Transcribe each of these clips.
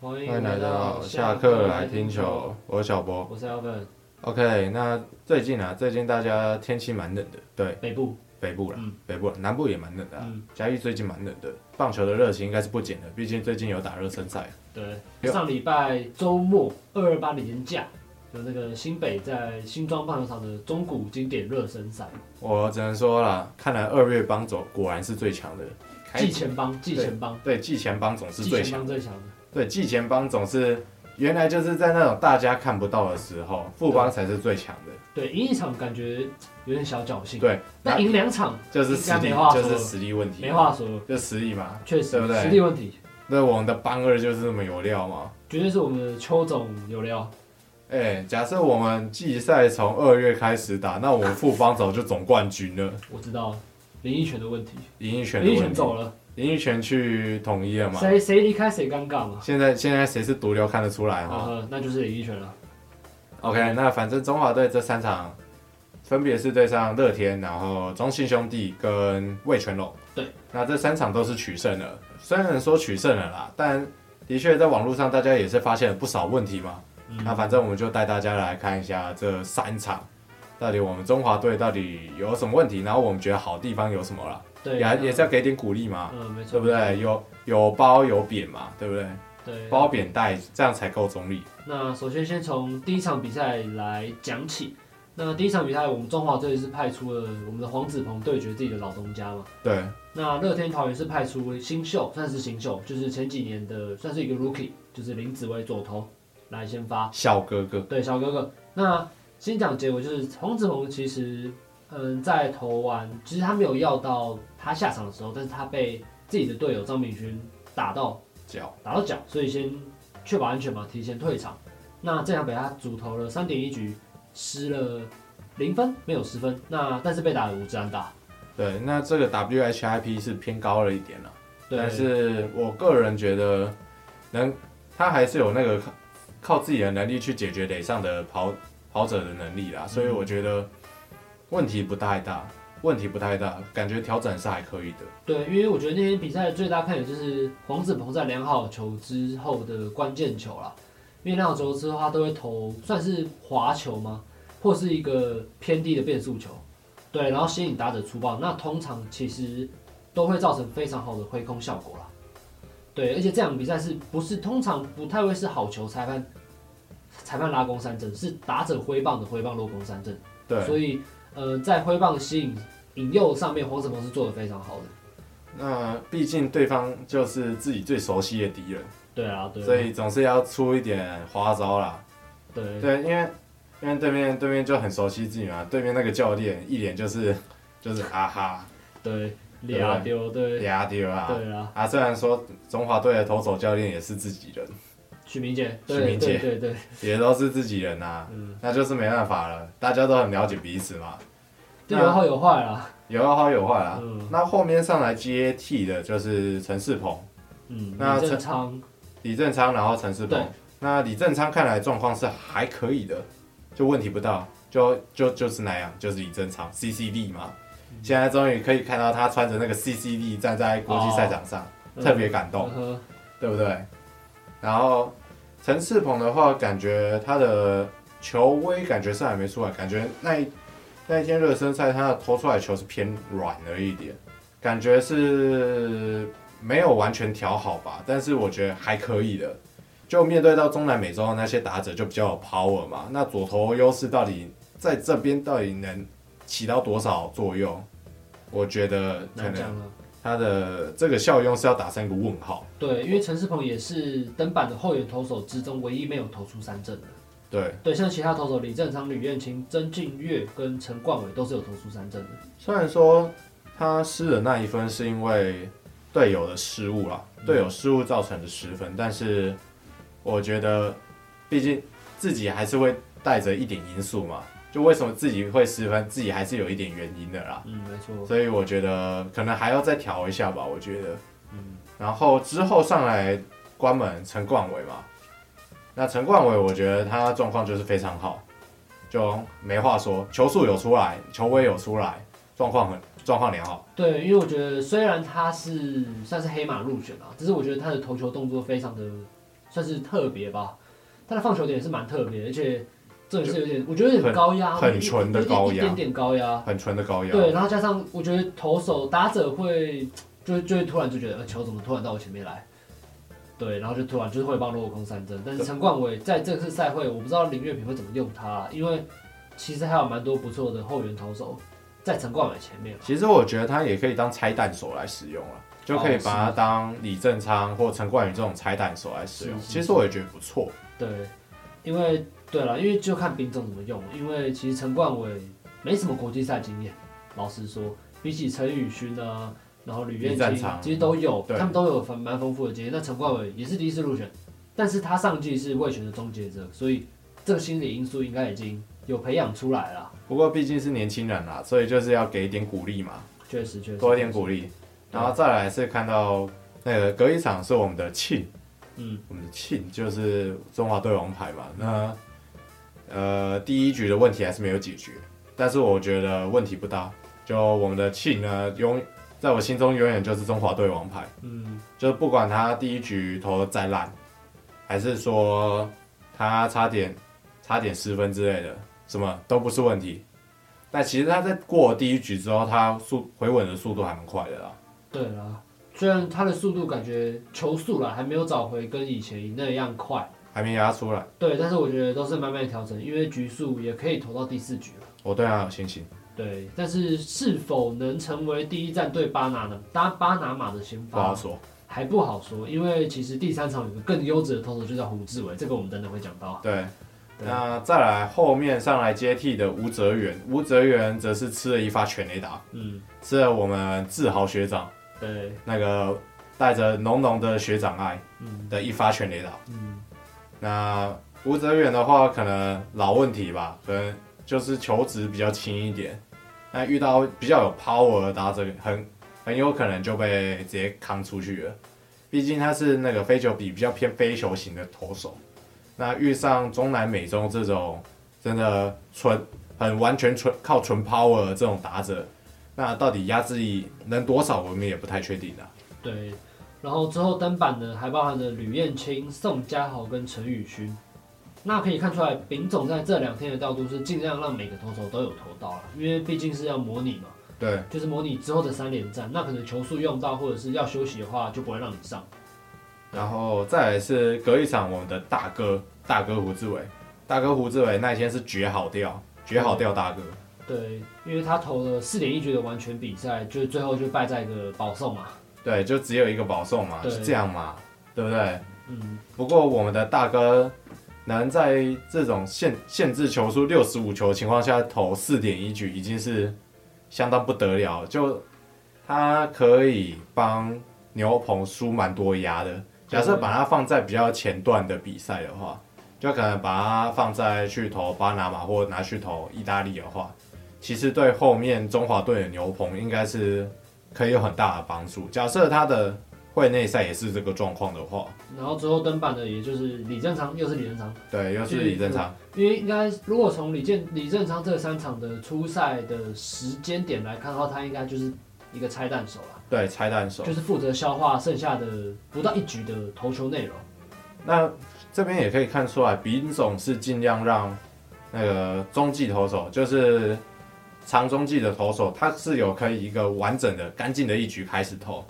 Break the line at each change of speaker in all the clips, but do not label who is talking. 欢
欢迎来到下课来听球，，我是小博。
我是 Alvin，
OK，那最近啊，最近大家天气蛮冷的，对，
北部
北部啦，
嗯
北部啦，南部也蛮冷的、啊。
嗯
嘉义最近蛮冷的，棒球的热情应该是不减的，毕竟最近有打热身赛。啊
对，
有
上礼拜周末二二八年假，有那个新北在新庄棒球场的中古经典热身赛，
我只能说啦，看来二月帮总果然是最强的，开
季前帮，季前帮，
对季前帮总是
季
最
前
强
帮
的，
最强的，
对季前帮总是原来就是在那种大家看不到的时候，副帮才是最强的。
对，赢一场感觉有点小侥幸，
对，
但赢两场
就是实
应该
力
没话，
就
说
是实力问题，啊
没话说，
就实力嘛。
确实
对不对
实力问题，
那我们的帮二就是这么有料嘛。
绝对是我们的邱总有料，
哎、假设我们季赛从二月开始打，那我们副帮早就总冠军了。
我知道林奕泉的问题，
林奕泉的
林
问
奕泉
题，
走了，
林奕泉去统一了嘛？
谁谁离开谁尴尬嘛，
现在现在谁是毒瘤看得出来
啊
哈、
呵那就是林奕泉了。
OK，那反正中华队这三场分别是对上乐天，然后中信兄弟跟味全龙。
对，
那这三场都是取胜了。虽然说取胜了啦，但的确在网络上大家也是发现了不少问题嘛。
嗯
那反正我们就带大家来看一下这三场，到底我们中华队到底有什么问题，然后我们觉得好地方有什么啦，
对，啊
也还也是要给点鼓励嘛，
嗯，没错，
啊对不？对？有有褒有贬嘛，对不对？
对。
褒贬带，这样才够中立。
那首先先从第一场比赛来讲起。那第一场比赛，我们中华队是派出了我们的黄子鹏对决自己的老东家嘛。
对，
那乐天桃园是派出新秀，算是新秀，就是前几年的，算是一个 rookie，就是林子维左投来先发。
小哥哥，
对，小哥哥。那先讲结果，就是黄子鹏其实，嗯，在投完，其实他没有要到他下场的时候，但是他被自己的队友张炳勋打到
脚
打到脚，所以先确保安全嘛，提前退场。那这场比赛他主投了三点一局，失了零分，没有失分。那但是被打了五支安打，
对，那这个 WHIP 是偏高了一点了，
对，
但是我个人觉得能，他还是有那个靠靠自己的能力去解决垒上的跑跑者的能力啦，所
嗯
以我觉得问题不太大，问题不太大，感觉调整是还可以的。
对，因为我觉得那天比赛最大看点就是黄子鹏在两好球之后的关键球啦。因为两好球之后他都会投，算是滑球吗？或是一个偏低的变速球，对，然后吸引打者出棒。那通常其实都会造成非常好的挥空效果啦。对，而且这场比赛是不是通常不太会是好球裁判裁判拉弓三振，是打者挥棒的挥棒落空三振。
对，
所以呃，在挥棒吸引引诱上面，黄子鹏是做的非常好的。
那毕竟对方就是自己最熟悉的敌人，
对啊，对啊，
所以总是要出一点花招啦。
对
对，因为因为对面对面就很熟悉自己嘛，对面那个教练一脸就是就是哈哈。
对俩丢对
俩丢啊！
对啊，
啊，虽然说中华队的投手教练也是自己人，
许明杰，
许
对
明杰
对对对，
也都是自己人呐、
嗯，
那就是没办法了，大家都很了解彼此嘛，
这
那
有好有坏啦，
有好有坏啦。
嗯
那后面上来接替的就是陈世鹏、
嗯，
那
李正昌
李正昌，然后陈世
对
鹏。那李正昌看来状况是还可以的，就问题不大，就就就是那样，就是李正昌 CCD 嘛。
嗯
现在终于可以看到他穿着那个 CCD 站在国际赛场上，特别感动。
嗯呵
对不对？然后陈世鹏的话，感觉他的球威感觉是还没出来，感觉那一那一天热身赛他的投出来的球是偏软了一点，感觉是没有完全调好吧，但是我觉得还可以的。就面对到中南美洲的那些打者就比较有 power 嘛，那左投优势到底在这边到底能起到多少作用？我觉得可
难
能
讲了。
他的这个效用是要打上一个问号。
对，因为陈世鹏也是登板的后援投手之中唯一没有投出三振的。
对，
对，像其他投手李正昌、吕彦青、曾敬岳跟陈冠伟都是有投出三振的。
虽然说他失的那一分是因为队友的失误啦，队友失误造成的失分，但是我觉得，毕竟自己还是会带着一点因素嘛，就为什么自己会失分，自己还是有一点原因的啦。
嗯，没错。
所以我觉得可能还要再调一下吧，我觉得。
嗯，
然后之后上来关门陈冠伟嘛，那陈冠伟我觉得他状况就是非常好，就没话说，球速有出来，球威有出来，状况很状况良好。
对，因为我觉得虽然他是算是黑马入选啊，只是我觉得他的投球动作非常的算是特别吧。他的放球点也是蛮特别，而且这也是有点，我觉得有点
很
高压，
很
一
纯的
一一
高
一
压
点点高压。
很纯的高压。
对，然后加上我觉得投手打者会就就会突然就觉得、呃、球怎么突然到我前面来，对，然后就突然就是会帮落空三振。但是陈冠伟在这次赛会，我不知道林月平会怎么用他，因为其实还有蛮多不错的后援投手在陈冠伟前面。
其实我觉得他也可以当拆弹手来使用啊，就可以
哦
把它当李正昌或陈冠宇这种拆弹手来使用。
是是
其实我也觉得不错。
对，因为对了，因为就看兵种怎么用，因为其实陈冠伟没什么国际赛经验，老实说，比起陈宇勋啊，然后吕彦
李战
清
长
其实都有，
对
他们都有蛮蛮丰富的经验。那陈冠伟也是第一次入选，但是他上季是未选的终结者，所以这个心理因素应该已经有培养出来了，
不过毕竟是年轻人啦，所以就是要给一点鼓励嘛，
确实确实
多一点鼓励。然后再来是看到那个隔一场是我们的庆，
嗯，
我们的庆就是中华队王牌嘛。那呃第一局的问题还是没有解决，但是我觉得问题不大。就我们的庆呢，永在我心中永远就是中华队王牌。
嗯，
就是不管他第一局投的再烂，还是说他差点差点失分之类的，什么都不是问题。但其实他在过了第一局之后，他速回稳的速度还蛮快的啦。
对啦，虽然他的速度感觉球速啦还没有找回跟以前那样快。
还没压出来，
对，但是我觉得都是慢慢调整，因为局数也可以投到第四局了。
我对他有信心。
对，但是是否能成为第一战队巴拿呢？当然巴拿马的先
不好
发
说，
还不好说，因为其实第三场有个更优质的投手就叫胡志伟，这个我们等等会讲到。啊
对。
对
那再来后面上来接替的吴哲源，吴哲源则是吃了一发全垒打，
嗯，
吃了我们志豪学长
对，
那个带着浓浓的学长爱
嗯
的一发全垒打。
嗯，
那吴哲远的话，可能老问题吧，可能就是球质比较轻一点。那遇到比较有 power 的打者，很很有可能就被直接扛出去了。毕竟他是那个飞球比比较偏飞球型的投手，那遇上中南美洲这种真的纯很完全纯靠纯 power 的这种打者，那到底压制力能多少，我们也不太确定啊。
对。然后之后登板呢，还包含了吕彦青、宋佳豪跟陈宇勋。那可以看出来，丙总在这两天的调度是尽量让每个投手都有投到了，因为毕竟是要模拟嘛。
对，
就是模拟之后的三连战，那可能球速用到或者是要休息的话，就不会让你上。
然后再来是隔一场我们的大哥大哥胡志伟，大哥胡志伟那一天是绝好掉，绝好掉大哥，
对，因为他投了四点一局的完全比赛，就最后就败在一个保送嘛。
对，就只有一个保送嘛，
对
是这样嘛，对不对？
嗯，
不过我们的大哥能在这种限限制球数六十五球的情况下投四点一局，已经是相当不得了了，就他可以帮牛棚输蛮多压的。假设把它放在比较前段的比赛的话，就可能把它放在去投巴拿马或拿去投意大利的话，其实对后面中华队的牛棚应该是可以有很大的帮助。假设他的会内赛也是这个状况的话，
然后之后登板的也就是李正昌，又是李正昌，
对，又是李正昌，
因为应该如果从李健、李正昌这三场的初赛的时间点来看的话，他应该就是一个拆弹手啦，
对，拆弹手
就。是负责消化剩下的不到一局的投球内容。
那这边也可以看出来，丙总是尽量让那个中继投手，就是长中继的投手，他是有可以一个完整的、干净的一局开始投。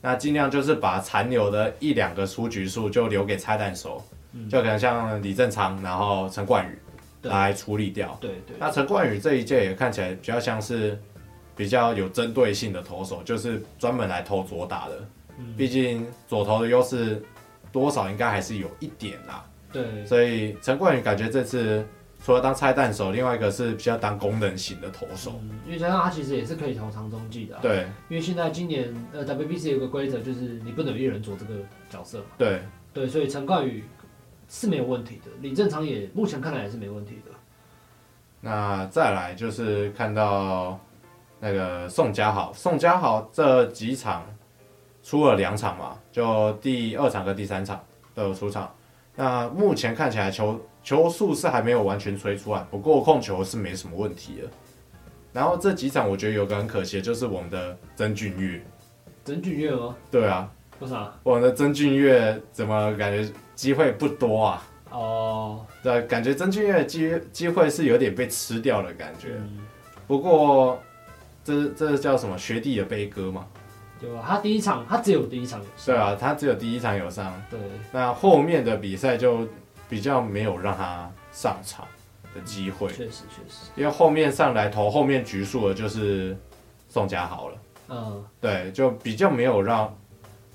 那尽量就是把残留的一两个出局数就留给拆弹手，
嗯
就可能像李正昌，然后陈冠宇
对
来处理掉。
对对，
那陈冠宇这一届也看起来比较像是比较有针对性的投手，就是专门来投左打的。
嗯
毕竟左投的优势多少应该还是有一点啦，
对
所以陈冠宇感觉这次除了当拆弹手，另外一个是比较当功能型的投手。
嗯，因为加上他其实也是可以投长中继的啊、
对
因为现在今年呃 WBC 有个规则，就是你不能有一人做这个角色嘛。
对，
对，所以陈冠宇是没有问题的，李正常也目前看来也是没问题的。
那再来就是看到那个宋佳豪，宋佳豪这几场出了两场嘛，就第二场跟第三场都有出场。那目前看起来球球速是还没有完全吹出来，不过控球是没什么问题的。然后这几场我觉得有个很可惜，的就是我们的曾俊岳，
曾俊岳吗？
对啊，
为啥？
我们的曾俊乐怎么感觉机会不多啊？
哦，
对，啊感觉曾俊乐的机机会是有点被吃掉的感觉。
嗯，
不过，这这叫什么？学弟的悲歌嘛。
对吧？他第一场，他只有第一场有上，
对啊，他只有第一场有上，
对，
那后面的比赛就比较没有让他上场的机会，
确实确实，
因为后面上来投后面局数的就是宋佳豪了。
嗯，
对，就比较没有让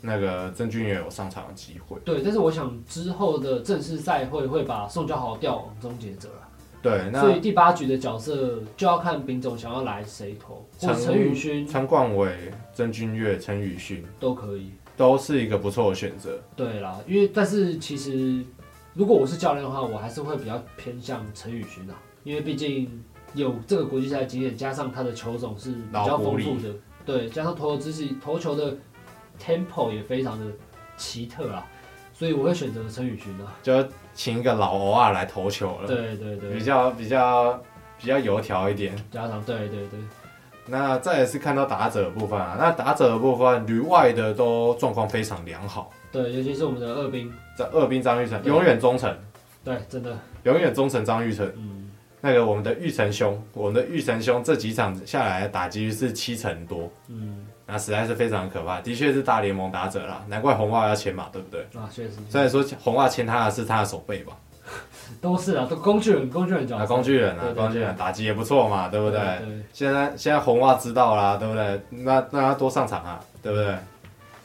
那个曾俊也有上场的机会。
对。但是我想之后的正式赛会会把宋佳豪调往终结者了，
对，
所
那
以第八局的角色就要看丙总想要来谁投，或
陈
陈宇勋
陈冠伟、曾俊乐、陈宇迅
都可以。
都是一个不错的选择。
对啦，因为但是其实如果我是教练的话，我还是会比较偏向陈宇勋啊，因为毕竟有这个国际赛经验，加上他的球种是比较丰富的，对，加上投球姿势、投球的 tempo 也非常的奇特啊，所以我会选择陈宇勋啊。
就请一个老欧啊来投球了，
对对
比
对，
较比较比较油条一点。
加上对对对，
那再来是看到打者的部分啊，那打者的部分，旅外的都状况非常良好，
对，尤其是我们的二兵，
在二兵张玉成
对
永远忠诚，
对，真的，
永远忠诚张玉成。
嗯，
那个我们的玉成兄，我们的玉成兄这几场下来打击率是七成多，
嗯，
那实在是非常可怕，的确是大联盟打者啦，难怪红袜要签嘛，对不对？
啊，确实
虽然说红袜签他的是他的手背吧，
都是啊，都工具人，工具人角
啊，
色，
工具人
对
啊，
对对
工具人打击也不错嘛，对不对？
对，
现在现在红袜知道啦，对不对？那那他多上场啊，对不对？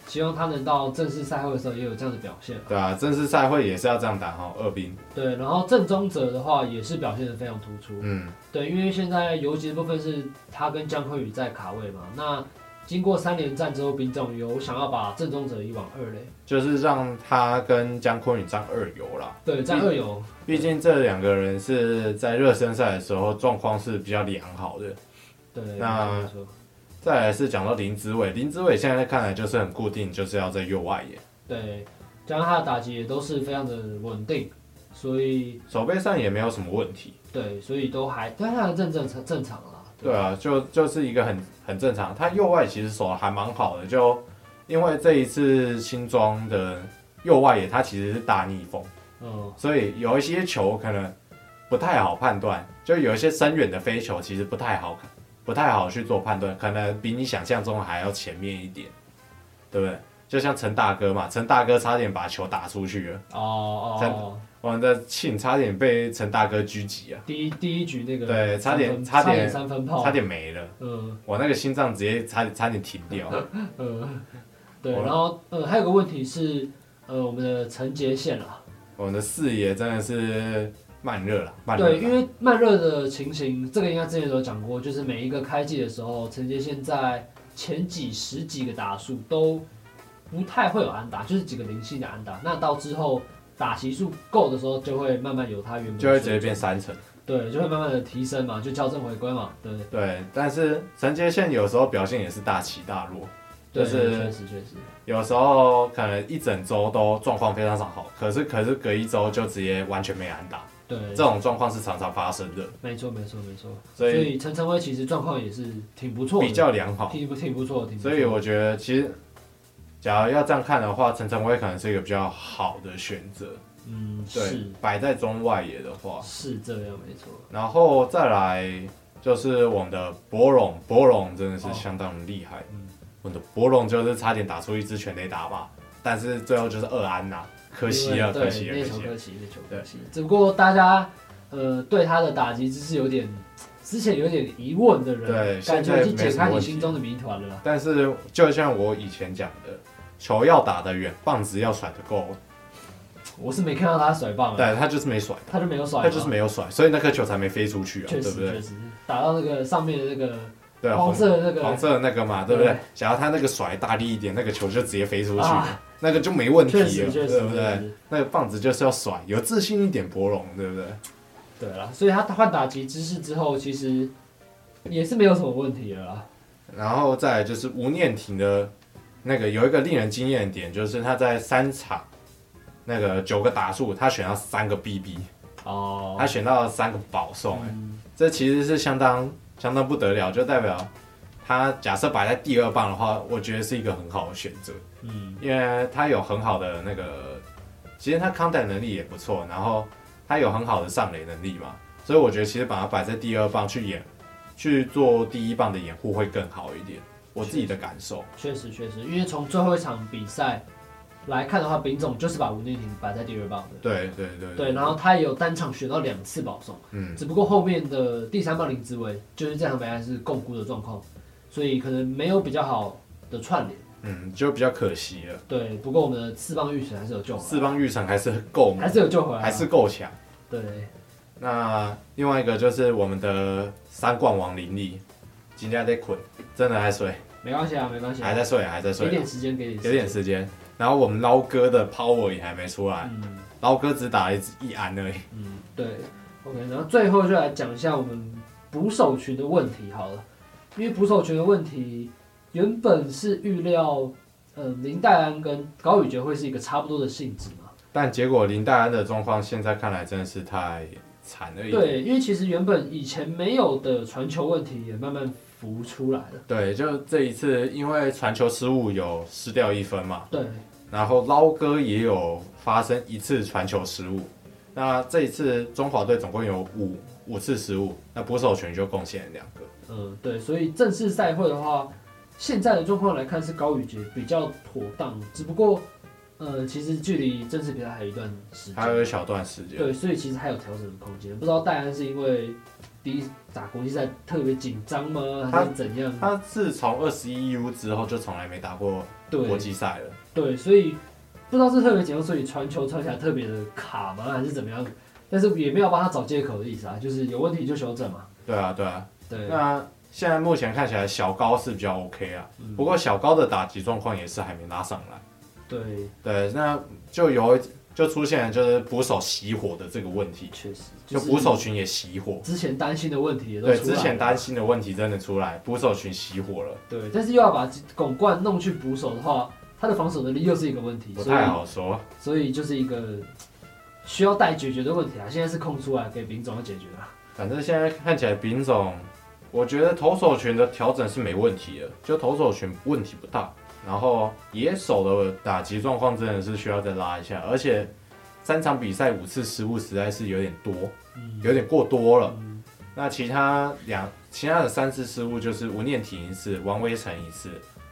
希望他能到正式赛会的时候也有这样的表现。
对啊，正式赛会也是要这样打哈，二兵，
对，然后正宗者的话也是表现得非常突出。
嗯，
对，因为现在游击的部分是他跟江坤宇在卡位嘛，那经过三连战之后，丙总有想要把正宗者移往二垒，
就是让他跟江坤宇上二游啦。
对，在二游，
毕竟这两个人是在热身赛的时候状况是比较良好的。
对，
嗯那
没错没错
再来是讲到林子伟，林子伟现在看来就是很固定，就是要在右外野，
对，加上他的打击也都是非常的稳定，所以
手背上也没有什么问题。
对，所以都还，但他的正正常正常啦，
对啊，就就是一个很很正常。他右外其实手还蛮好的，就因为这一次新装的右外野，他其实是大逆风，
嗯，
所以有一些球可能不太好判断，就有一些深远的飞球其实不太好看，不太好去做判断，可能比你想象中还要前面一点，对不对？就像陈大哥嘛，陈大哥差点把球打出去了，
哦哦
真
哦，
我们的庆差点被陈大哥狙击啊，
第一第一局那个
对差
三分
点差
差
点
三分炮，
差，点没了，
嗯
我那个心脏直接差点差点停掉。
呃，对，
好了
然后呃还有个问题是，呃我们的承接线啊啦。
我们的视野真的是慢热了，慢热啦。
对，因为慢热的情形，这个应该之前有讲过，就是每一个开季的时候，承接线在前几十几个打数都不太会有安打，就是几个零星的安打。那到之后打席数够的时候，就会慢慢有它原本的
就会直接
水准
变三层。
对，就会慢慢的提升嘛，就校正回归嘛，对
对，但是神接线有时候表现也是大起大落，
对，
就是
确实确实，
有时候可能一整周都状况非常好，可是可是隔一周就直接完全没安打，
对，
这种状况是常常发生的，
没错没错没错。
所以
以陈晨威其实状况也是挺不错的，
比较良好。
挺不挺不错，挺不错。
所以我觉得其实。假如要这样看的话，陈晨威可能是一个比较好的选择。
嗯
对
是，
摆在中外野的话，
是这样没错。
然后再来就是我们的博龙，博龙真的是相当厉害。
哦嗯
我们的博龙就是差点打出一支全垒打嘛，但是最后就是二安呐、可惜了，
因为
可惜了，啊
对
可
那球
惜了。
可惜，那球
对
可惜。只不过大家呃对他的打击姿势有点，之前有点疑问的人，
对
感
现在
觉已经
没
解
什么
开你
问题
心中的谜团了啦。
但是就像我以前讲的，球要打得远，棒子要甩得够，
嗯我是没看到他甩棒啊，
对他就是没甩，
他就没有甩嘛，
他就是没有甩，所以那颗球才没飞出去啊，对
确实
不对
确？实打到那个上面的那个
对啊，
黄
黄
色的那
黄
个
色的那个嘛，对不对
对？
假如他那个甩大力一点，那个球就直接飞出去，
啊，
那个就没问题
确
了，
实确
对
实
不
确
对？
实
那个棒子就是要甩，有自信一点，博龙，对不对？
对啦，所以他换打击姿势之后，其实也是没有什么问题了啦。
然后再来就是吴念婷的那个有一个令人惊艳的点，就是他在三场那个九个打数，他选到三个 BB，
哦，
啊他选到了三个保送、哎、
嗯
这其实是相当相当不得了，就代表他假设摆在第二棒的话，我觉得是一个很好的选择，
嗯，
因为他有很好的那个，其实他抗弹能力也不错，然后他有很好的上垒能力嘛，所以我觉得其实把他摆在第二棒去演，去做第一棒的掩护会更好一点，我自己的感受。
确实确实，因为从最后一场比赛来看的话，丙总就是把吴念婷摆在第二棒的。
对对对
对，然后他也有单场选到两次保送，
嗯，
只不过后面的第三棒林志伟就是这场比赛是共估的状况，所以可能没有比较好的串联。
嗯，就比较可惜了。
对，不过我们的四棒预选还是有救回
四棒预成还是够
来，，还是有救回来啊，
还是够强。
对，
那另外一个就是我们的三冠王林立，今天还在捆，真的还睡，
没关系啊，没关系、啊，
还在睡，还在
给
睡
点，时间，给点时间
有点时间。然后我们捞哥的 power 也还没出来，
嗯
捞哥只打了一支一安而已。
嗯，对，OK，然后最后就来讲一下我们捕手群的问题好了，因为捕手群的问题原本是预料，呃，林黛安跟高宇杰会是一个差不多的性质嘛，
但结果林黛安的状况现在看来真的是太惨了一点。
对，因为其实原本以前没有的传球问题也慢慢浮出来了，
对，就这一次因为传球失误有失掉一分嘛，
对，
然后捞哥也有发生一次传球失误。那这一次中华队总共有五五次失误，那捕手权就贡献了两个。
嗯，对，所以正式赛会的话，现在的状况来看是高宇杰比较妥当，只不过，呃，其实距离正式比赛还有一段时间，
还有一小段时间。
对，所以其实还有调整的空间。不知道戴安是因为第一打国际赛特别紧张吗，还
他
是怎样？
他自从二十一 U 之后就从来没打过国
对
际赛了。
对，所以不知道是特别紧张，所以传球传起来特别的卡吗，还是怎么样？但是也没有帮他找借口的意思啊，就是有问题就修正嘛。
对啊，对啊。
对，
那现在目前看起来小高是比较 OK 啊，
嗯
不过小高的打击状况也是还没拉上来。
对，
对，那就有一就出现了就是捕手熄火的这个问题，
确实
就捕手群也熄火。
之前担心的问题也都
对，
出来
之
了
前担心的问题真的出来，捕手群熄火了，
对，但是又要把拱冠弄去捕手的话，他的防守能力又是一个问题，
不
所以
太好说。
所以就是一个需要待解决的问题啊。现在是空出来给丙总要解决啊。
反正现在看起来丙总，我觉得投手群的调整是没问题的，就投手群问题不大。然后野手的打击状况真的是需要再拉一下，而且三场比赛五次失误实在是有点多，
嗯
有点过多了。
嗯
那其他两其他的三次失误就是吴念婷一次，王威成一次，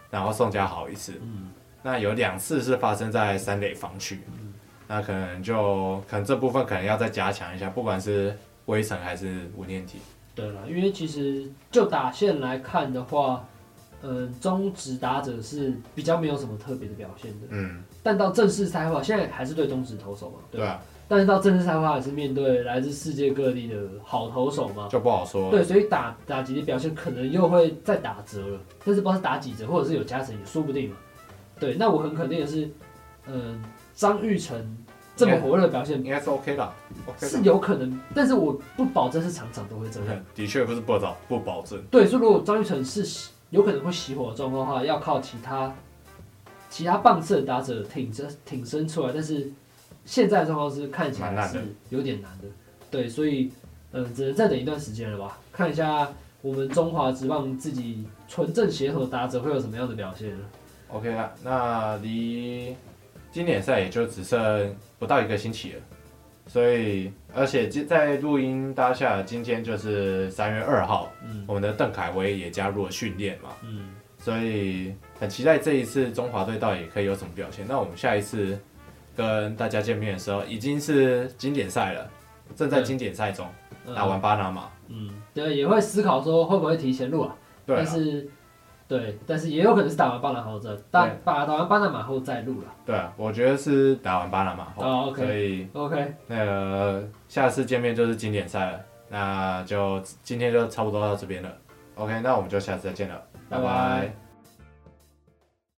然后宋家豪一次。
嗯
那有两次是发生在三垒防区，
嗯
那可能就可能这部分可能要再加强一下，不管是威城还是吴念婷。
对了，因为其实就打线来看的话，嗯、中职打者是比较没有什么特别的表现的。
嗯，
但到正式赛的话，现在还是对中职投手嘛，对
对
吧？
啊，
但是到正式赛的话，也是面对来自世界各地的好投手嘛。
就不好说。
对，所以打打击的表现可能又会再打折了，但是不知道是打几折，或者是有加成也说不定嘛。对，那我很肯定的是，嗯、张玉成这么火热的表现
应该是 OK 啦，OK
是有可能，但是我不保证是场场都会这样。
啦，的确不是不保不保证。
对，所以如果张玉成是熄有可能会熄火的状况的话，要靠其他其他棒次的打者挺身挺身出来，但是现在的状况是看起
蛮
来
难
是
的
有点难的。对，所以嗯、呃只能再等一段时间了吧，看一下我们中华职棒自己纯正协和打者会有什么样的表现了。
OK 啦，那离经典赛也就只剩不到一个星期了，所以而且今在录音当下，今天就是三月二号，
嗯
我们的邓凯威也加入了训练嘛，
嗯，
所以很期待这一次中华队到底可以有什么表现。那我们下一次跟大家见面的时候，已经是经典赛了，正在
对
经典赛中
呃
打完巴拿马，
嗯，对，也会思考说会不会提前录啊，
对
但
啊，
是对，但是也有可能是打完巴拿后再打
对
打打完巴拿马后再录了。
对啊，我觉得是打完巴拿马后，
哦，OK
所以。
OK。
那个下次见面就是经典赛了，那就今天就差不多到这边了。OK，那我们就下次再见了，拜
拜
拜
拜